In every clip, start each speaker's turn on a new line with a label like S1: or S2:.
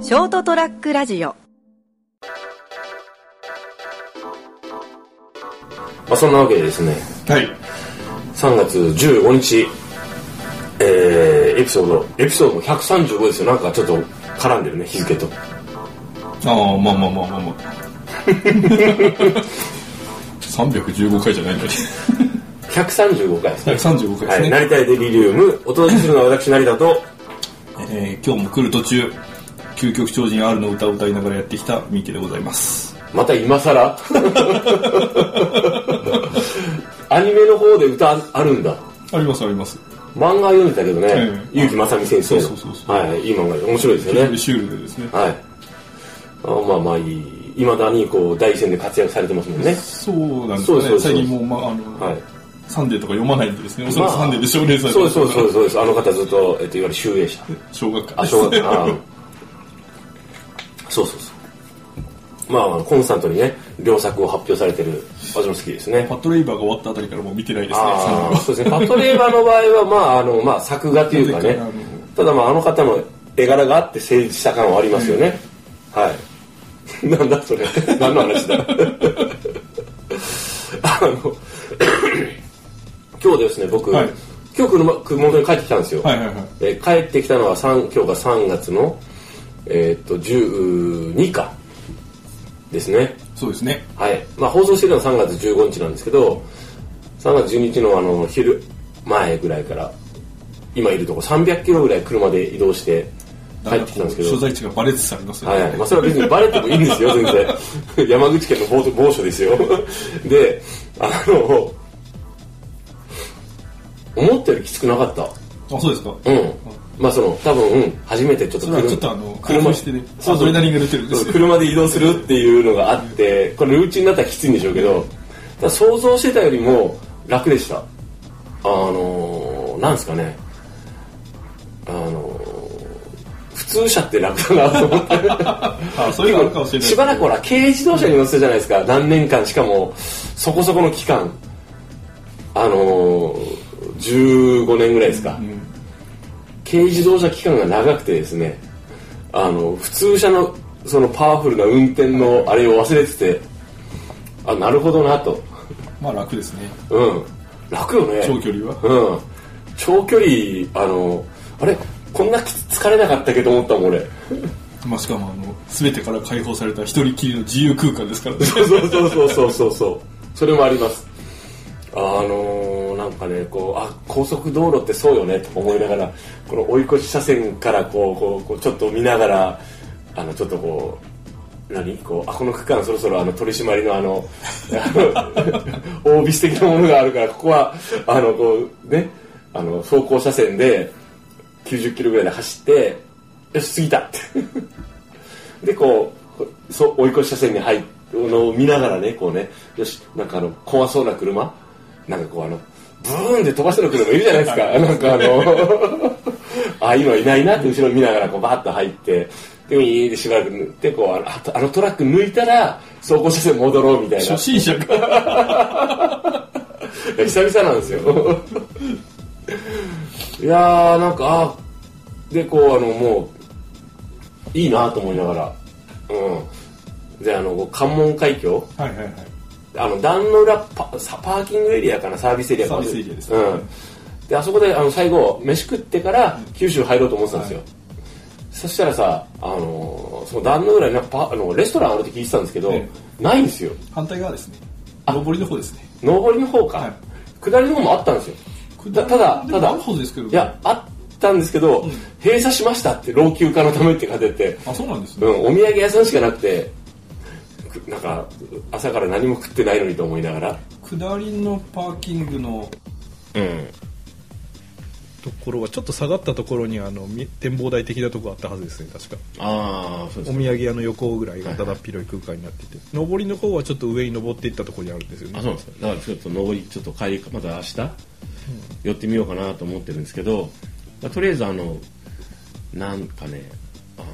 S1: ショートトラックラジオ
S2: まあ、そんなわけでですね
S3: はい。
S2: 3月15日えー、エピソードエピソード135ですよなんかちょっと絡んでるね日付と
S3: ああ、まあまあまあまあま あ。315回じゃないのに。
S2: 135回ですね
S3: 135回ですね。
S2: はい、成田エデリリウムお届けするのは私成田と
S3: えー今日も来る途中、究極超人 R の歌を歌いながらやってきたミキでございます。
S2: また今更 アニメの方で歌あるんだ
S3: ありますあります。
S2: 漫画読んでたけどね、
S3: うん
S2: 結城正美先生の
S3: そうそうそうそう
S2: はいいい漫画で面白いですよね
S3: シュールでですね。
S2: はいあまあまあいいいまだにこう第一線で活躍されてますもんね
S3: そうなんで
S2: そうですそうです
S3: すね。最近もう、まあ、あの、
S2: はい
S3: サンデーとか読まないんでですね。おそらく
S2: まあ
S3: サンデーで少年され
S2: そ
S3: て
S2: う
S3: ま
S2: ですすそうですそうですそうですあの方ずっと、えっと、いわゆる集英 者
S3: 小学館
S2: あ
S3: です。
S2: 小学あーそうそうそうまあまあコンスタントにね良作を発表されてる私も好きですね
S3: パトレイバーが終わったあたりからもう見てないですね。サン
S2: あ
S3: デー
S2: ー
S3: は
S2: そうですねパトレーバーの場合はまああのまあ作画というか
S3: という
S2: ね
S3: かあの
S2: ただまああの方の絵柄があって成立した感はありますよね、はい なんだそれ何の話だあの 今日ですね僕、
S3: はい
S2: 今日車熊本に帰ってきたんですよ、
S3: はいはいはい。
S2: えー帰ってきたのは三今日が3月のえーっと12かですね
S3: そうですね。
S2: はい、まあ、放送してるのは3月15日なんですけど3月12日のあの昼前ぐらいから今いるとこ300キロぐらい車で移動して帰ってきたんですけど
S3: 所在地がバレつつありますよ
S2: はい
S3: ね。
S2: はいまあ、それは別にバレてもいいんですよ全然山口県の某某所ですよであの思ったよりきつくなかった
S3: あ、そうですか。
S2: うん。まあその、多分、初めてちょっと
S3: それは
S2: 車
S3: ちょっとあの興奮してねアドレナリンが出てるんですよ
S2: そう車で移動するっていうのがあって、これルーチンだったらきついんでしょうけど、ただ想像してたよりも楽でした。あのー、なんですかね。あのー、普通車って楽だなと思って。
S3: あ、それがあるかもしれない。
S2: しばらくほら軽自動車に乗ってたじゃないですか何年間しかもそこそこの期間あのー、15年ぐらいですか、軽自動車期間が長くてですねあの普通車のそのパワフルな運転のあれを忘れててあなるほどなと
S3: まあ楽ですね。
S2: うん楽よね
S3: 長距離は。
S2: うん長距離あのあれこんなきつ疲れなかったけど思ったもん俺
S3: まあ、しかもあの全てから解放された一人きりの自由空間ですからね
S2: そうそうそうそうそうそうそれもありますあのーなんかねこうあ高速道路ってそうよねと思いながらこの追い越し車線からこうこうこうちょっと見ながらあのちょっとこう何こうあこの区間そろそろあの取り締まりのあのあの オービス的なものがあるからここはあのこうねあの走行車線で90キロぐらいで走ってよし過ぎた ってでこうこうそう追い越し車線に入っのを見ながらねこうねよしなんかあの怖そうな車なんかこうあのブーンで飛ばしてる車いるじゃないですか なんかあの ああいうのいないなって後ろ見ながらこうバーッと入ってでウィーンでしばらく塗ってこうあのあとあのトラック抜いたら走行車線戻ろうみたいな
S3: 初心者が
S2: いや 久々なんですよいやーなんかあーでこうあのもういいなと思いながらうんであのこう関門海峡
S3: はいはいはい
S2: あの壇の浦パさパーキングエリアかなサービスエリアかな
S3: サービスエリアですね
S2: うんであそこであの最後飯食ってから九州入ろうと思ってたんですよ、
S3: は
S2: そしたらさあのーその壇の浦になんかパあのレストランあるって聞いてたんですけど、
S3: え
S2: ないんですよ
S3: 反対側ですね上りの方ですね
S2: 上りの方か、
S3: はい
S2: 下りの方もあったんですよだただ
S3: でも
S2: ただ
S3: あるはずですけど
S2: いやあったんですけど、閉鎖しましたって老朽化のためって書いてて、
S3: あそうなんです
S2: う
S3: ね、
S2: ん、お土産屋さんしかなくてくなんか朝から何も食ってないのにと思いながら
S3: 下りのパーキングの
S2: うん
S4: ところはちょっと下がったところにあのみ展望台的なとこがあったはずですね確か
S2: ああそう
S4: お土産屋の横ぐらいがだだっ広い空間になっていて、上りの方はちょっと上に登っていったところにあるんですよね
S2: うなんですだからちょっと上りちょっと帰りまた明日、寄ってみようかなと思ってるんですけど、とりあえずあのなんかねあの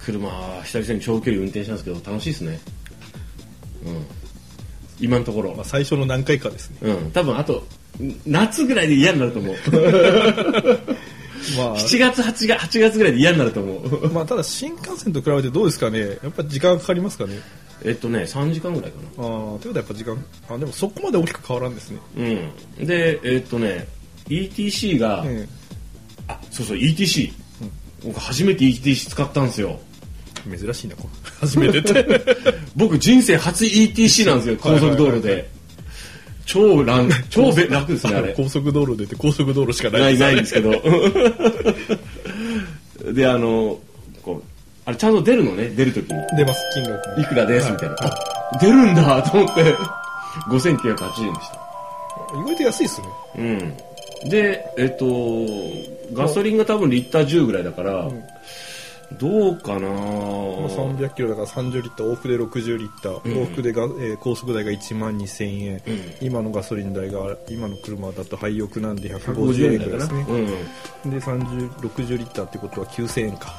S2: 車久々に長距離運転したんですけど楽しいですねうん今のところ
S4: まあ、最初の何回かですね
S2: うん、多分あとん夏ぐらいで嫌になると思う
S3: ま
S2: 7月8月8月ぐらいで嫌になると思う
S3: あ、 まあ、ただ新幹線と比べてどうですかね、やっぱ時間かかりますかね。
S2: えっとね3時間ぐらいかな
S3: ああ、ということはやっぱ時間、あでもそこまで大きく変わらんですね。
S2: うんでえっとね ETC が、
S3: え
S2: あそうそう ETC、僕初めて ETC 使ったんです よ
S3: え珍しいな、こう初 めてって。
S2: 僕人生初 ETC なんですよ高速道路で超楽超べ楽ですねあ れ
S3: 高速道路出て高速道路しかな
S2: ないいないん ですけどであのこうあれちゃんと出るのね出るときに
S3: 出ます、金額も
S2: いくらですみたいなあ出るんだと思って5980円でした
S3: 意外と安いですね。
S2: うんでえっとガソリンが多分リッター10ぐらいだから、どうかな、
S3: まあ、300キロだから30リッター往復で60リッター、往復でが、えー高速代が1万2000円、今のガソリン代が今の車だと廃屋なんで150円ぐらいですね
S2: うん、うん
S3: で30 60リッターってことは9000円か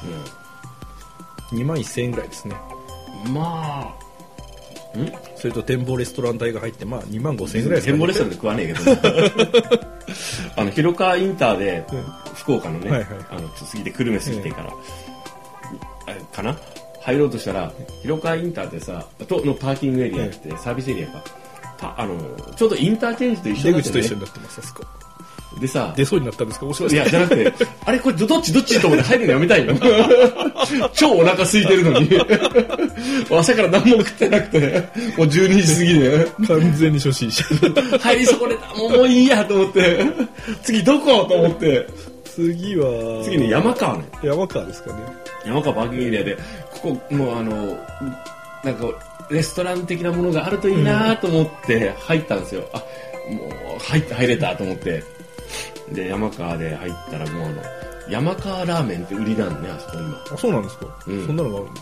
S3: 2万1000円ぐらいですね
S2: まあ
S3: それと展望レストラン代が入ってまあ2万5000円ぐらいです
S2: 展
S3: か
S2: 望
S3: ね
S2: レストランで食わねえけ どあの広川インターで
S3: うん
S2: 福岡のね、
S3: はいはい
S2: あの過ぎて久留米過ぎてから、あかな入ろうとしたら広川インターでさとのパーキングエリアって、サービスエリアかたあのちょうどインターチェンジと一緒
S3: 出
S2: だっ
S3: 口
S2: た
S3: と
S2: よ
S3: 一緒
S2: ね
S3: になってますあそこ
S2: でさ
S3: 出そうになったんですか面白い
S2: い
S3: です
S2: や、じゃなくて、 あれこれどどっちどっちと思って入るのやめたいよ。超お腹空いてるのに。 朝から何も食ってなくて、もう12時過ぎで。
S3: 完全に初心者
S2: 入り損ねた、もうもういいやと思って。 次どこと思って。
S3: 次は
S2: 次ね、山川ね。
S3: 山川ですかね
S2: 山川パーキングエリアで、ここ、もうあの、なんか、レストラン的なものがあるといいなと思って入ったんですよ。あ、もう入った、入れたと思って。で、山川で入ったらもうあの、山川ラーメンって売りなんね、あそこ今。
S3: あそうなんですか、
S2: うん
S3: そんなのがあるんだ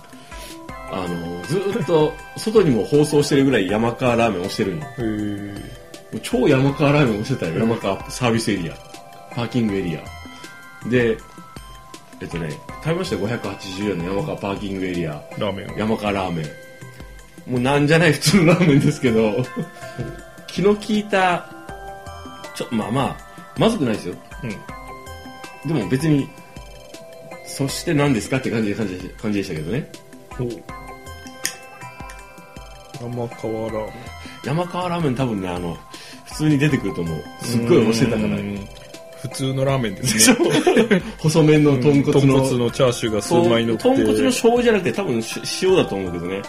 S2: あの、ずーっと外にも放送してるぐらい山川ラーメンをしてるの。も
S3: へー
S2: う超山川ラーメンをしてたよ。山川サービスエリア、パーキングエリア。で、えっとね、食べましたよ580円の山川パーキングエリア、
S3: ラーメンを
S2: 山川ラーメン。もうなんじゃない普通のラーメンですけど、気の利いた、ちょ、まあまあ、まずくないですよ。
S3: うん
S2: でも別に、そして何ですかって感じで感じで感じでしたけどね。
S3: そう山川ラーメン
S2: 山川ラーメン多分ねあの普通に出てくると思うすっごい面白いたから
S3: 普通のラーメンですね
S2: 細麺の豚
S3: 豚
S2: 骨の、
S3: 骨のチャーシューが数枚乗って
S2: 豚骨の醤油じゃなくて多分し塩だと思うけどね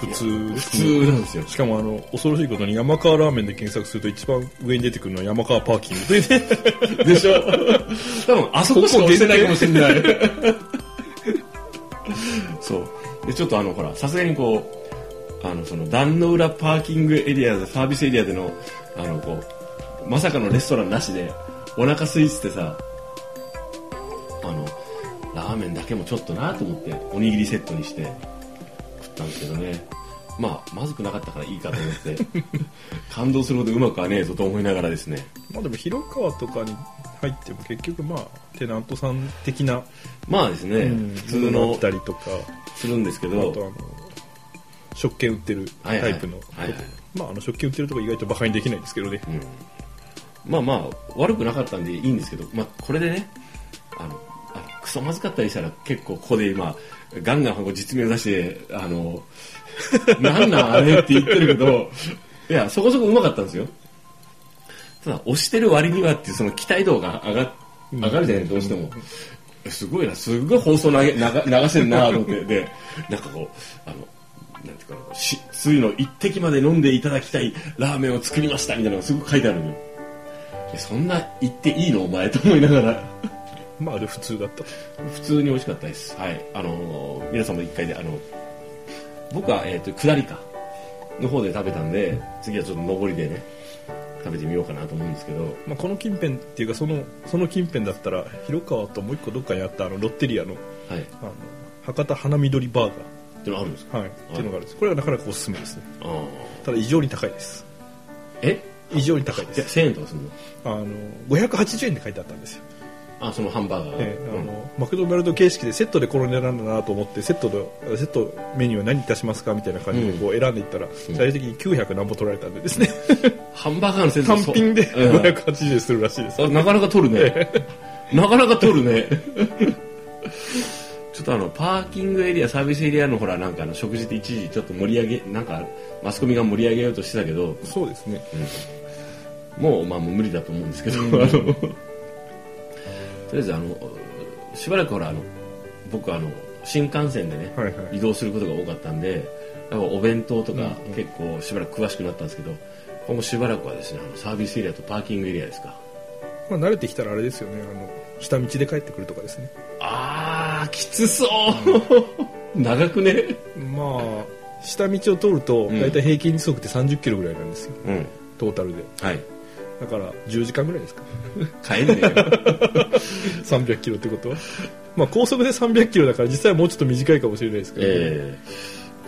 S3: 普通で
S2: 普
S3: すね
S2: 通なんですよ
S3: しかもあの恐ろしいことに山川ラーメンで検索すると一番上に出てくるのは山川パーキングで、
S2: でしょ多分あそこしか押してないかもしれない そうでちょっとあのほらさすがにこうあのその壇の浦パーキングエリアでサービスエリアでのあのこうまさかのレストランなしでお腹空いててさあのラーメンだけもちょっとなと思っておにぎりセットにして食ったんですけどねまあまずくなかったからいいかと思って感動するほどうまくはねえぞと思いながらですね
S3: まあでも広川とかに入っても結局まあテナントさん的な
S2: まあですね、普通
S3: ものだ
S2: の
S3: ったりとか
S2: するんですけ
S3: あと
S2: ど
S3: あ、の食券売ってる
S2: はい
S3: タ
S2: はい
S3: イプのとこ
S2: はいはい
S3: まああの食券売ってるとこ意外とバカにできないですけどね
S2: うん、まあまあ悪くなかったんでいいんですけど、まあ、これでねあのあクソまずかったりしたら結構ここで今ガンガンこう実名を出してあの なんなんあれって言ってるけどいやそこそこうまかったんですよただ押してる割にはっていうその期待度が上が上がるじゃないどうしても。すごいな、すごい放送投げ流流してるなと思って、で、なんかこう、あの、なんていうかなし、つゆの一滴まで飲んでいただきたいラーメンを作りましたみたいなのがすごく書いてあるのよ。えそんな言っていいのお前と思いながら、
S3: まああれ普通だった
S2: 普通に美味しかったです。はい。あのー皆さんも一回で、あの、僕は、えっ、と、下りか、の方で食べたんで、次はちょっと上りでね、食べてみようかなと思うんですけど、
S3: まあ、この近辺っていうかそのその近辺だったら広川ともう一個どっかにあったあのロッテリアの
S2: はい。
S3: あの博多花緑バー
S2: ってのあるんですか
S3: ガー、はい、っていうのがあるんですこれはなかなかおすすめですね
S2: ああ。
S3: ただ異常に高いです
S2: え
S3: 異常に高いで
S2: いや
S3: す
S2: 1000円とかするの
S3: あの580円で書いてあったんですよ
S2: あそのハンバーガー、
S3: ええあのマクドナルド形式でセットでこの値段だなと思ってセットでセットメニューは何いたしますかみたいな感じでこう選んでいったら、最終的に900何本取られたんでですね
S2: ハンバーガーの先
S3: 単
S2: 生
S3: 品で
S2: うん
S3: 580円するらしいです、
S2: あなかなか取る ね。なかなか取るね。ちょっとあの、パーキングエリア、サービスエリアのほら、なんかあの、食事って一時ちょっと盛り上げ、なんか、マスコミが盛り上げようとしてたけど、
S3: そうですね
S2: もう、まあもう無理だと思うんです けど、あの、とりあえずあの、しばらくほら、あの、僕あの、新幹線でね、
S3: はいはい
S2: 移動することが多かったんで、やっぱお弁当とか結構しばらく詳しくなったんですけど、今後しばらくはですね、あのサービスエリアとパーキングエリアですか。
S3: まあ、慣れてきたらあれですよねあの下道で帰ってくるとかですね
S2: あー、きつそう 長くね
S3: まあ下道を通ると
S2: ん
S3: 大体平均時速って30キロぐらいなんですよ、
S2: うん。
S3: トータルで
S2: はい。
S3: だから10時間ぐらい ですか
S2: 帰んねえよ
S3: 300キロってことはまあ高速で300キロだから実際はもうちょっと短いかもしれないですけど、
S2: ええ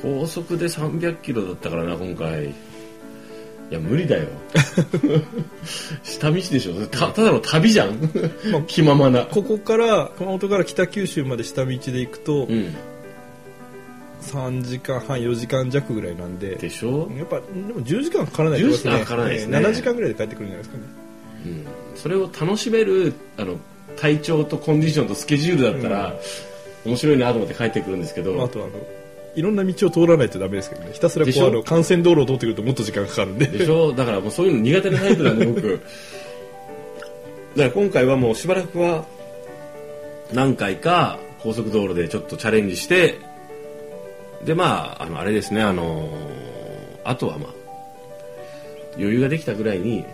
S2: 高速で300キロだったからな、今回。いや、無理だ よ。下道でしょたただの旅じゃん
S3: まあ
S2: 気ままな。
S3: ここから熊本から北九州まで下道で行くと、
S2: うん。
S3: 3時間半4時間弱ぐらいなんで
S2: でしょ
S3: やっぱでも10時間はかからないってこと
S2: 10時間はかからないですね
S3: えー7時間ぐらいで帰ってくるんじゃないですかね
S2: うん。それを楽しめる、あの、体調とコンディションとスケジュールだったら、面白いなと思って帰ってくるんですけど、
S3: まああとはあのいろんな道を通らないとダメですけどねひたすらこ
S2: でし
S3: う
S2: ょ
S3: あの幹線道路を通ってくるともっと時間かかるんで
S2: でしょだからもうそういうの苦手なタイプなんで僕だから今回はもうしばらくは何回か高速道路でちょっとチャレンジしてでまああのあれですねあのーあとはまあ余裕ができたぐらいに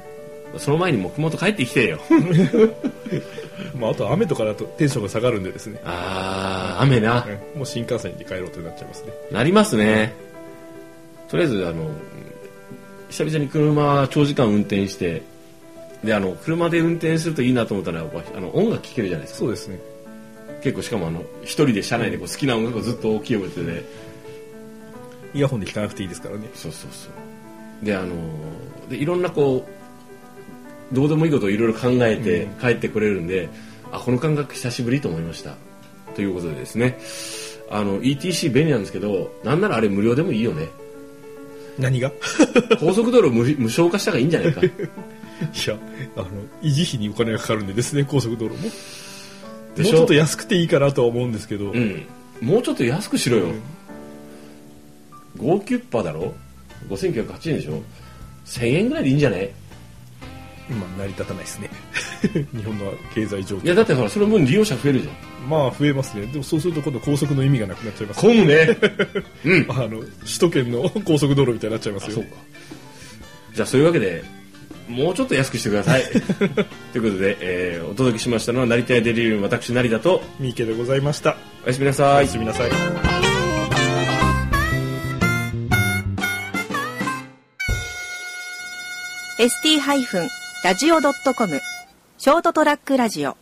S2: その前にもう熊本帰ってきてよ
S3: まあ、あとは雨とかだとテンションが下がるんでですね
S2: ああ雨な
S3: えーもう新幹線で帰ろうとなっちゃいますね
S2: なりますねとりあえずあの久々に車長時間運転してであの車で運転するといいなと思ったのはやっぱあの音楽聴けるじゃないですか
S3: そうですね
S2: 結構しかもあの一人で車内でこう好きな音楽をずっと大きい声で、
S3: イヤホンで聞かなくていいですからね
S2: そうそうそうであのでいろんなこうどうでもいいことをいろいろ考えて帰ってこれるんで、あこの感覚久しぶりと思いましたということでですねあの ETC 便利なんですけどなんならあれ無料でもいいよね
S3: 何が い
S2: 高速道路無無償化した方がいいんじゃない か
S3: やあの維持費にお金がかかるんでですね高速道路も
S2: で
S3: も
S2: し
S3: うちょ
S2: ょ
S3: っと安くていいかなとは思うんですけど、
S2: うんもうちょっと安くしろよ、5キュッパだろ5980円でしょ1000円ぐらいでいいんじゃない
S3: 今成り立たないですね 日本の経済状
S2: い
S3: 況
S2: やだってほらその分利用者増えるじゃん
S3: まあ増えますねでもそうすると今度高速の意味がなくなっちゃいます
S2: 混むねうん
S3: あの首都圏の高速道路みたいになっちゃいますよ
S2: そうかじゃあそういうわけでもうちょっと安くしてくだ さいということで、えーお届けしましたのは成田屋デリリウム私成田と
S3: 三池でございました
S2: おやすみなさ
S3: お
S2: い
S3: やすみなさい
S1: ST-radio.com ショートトラックラジオ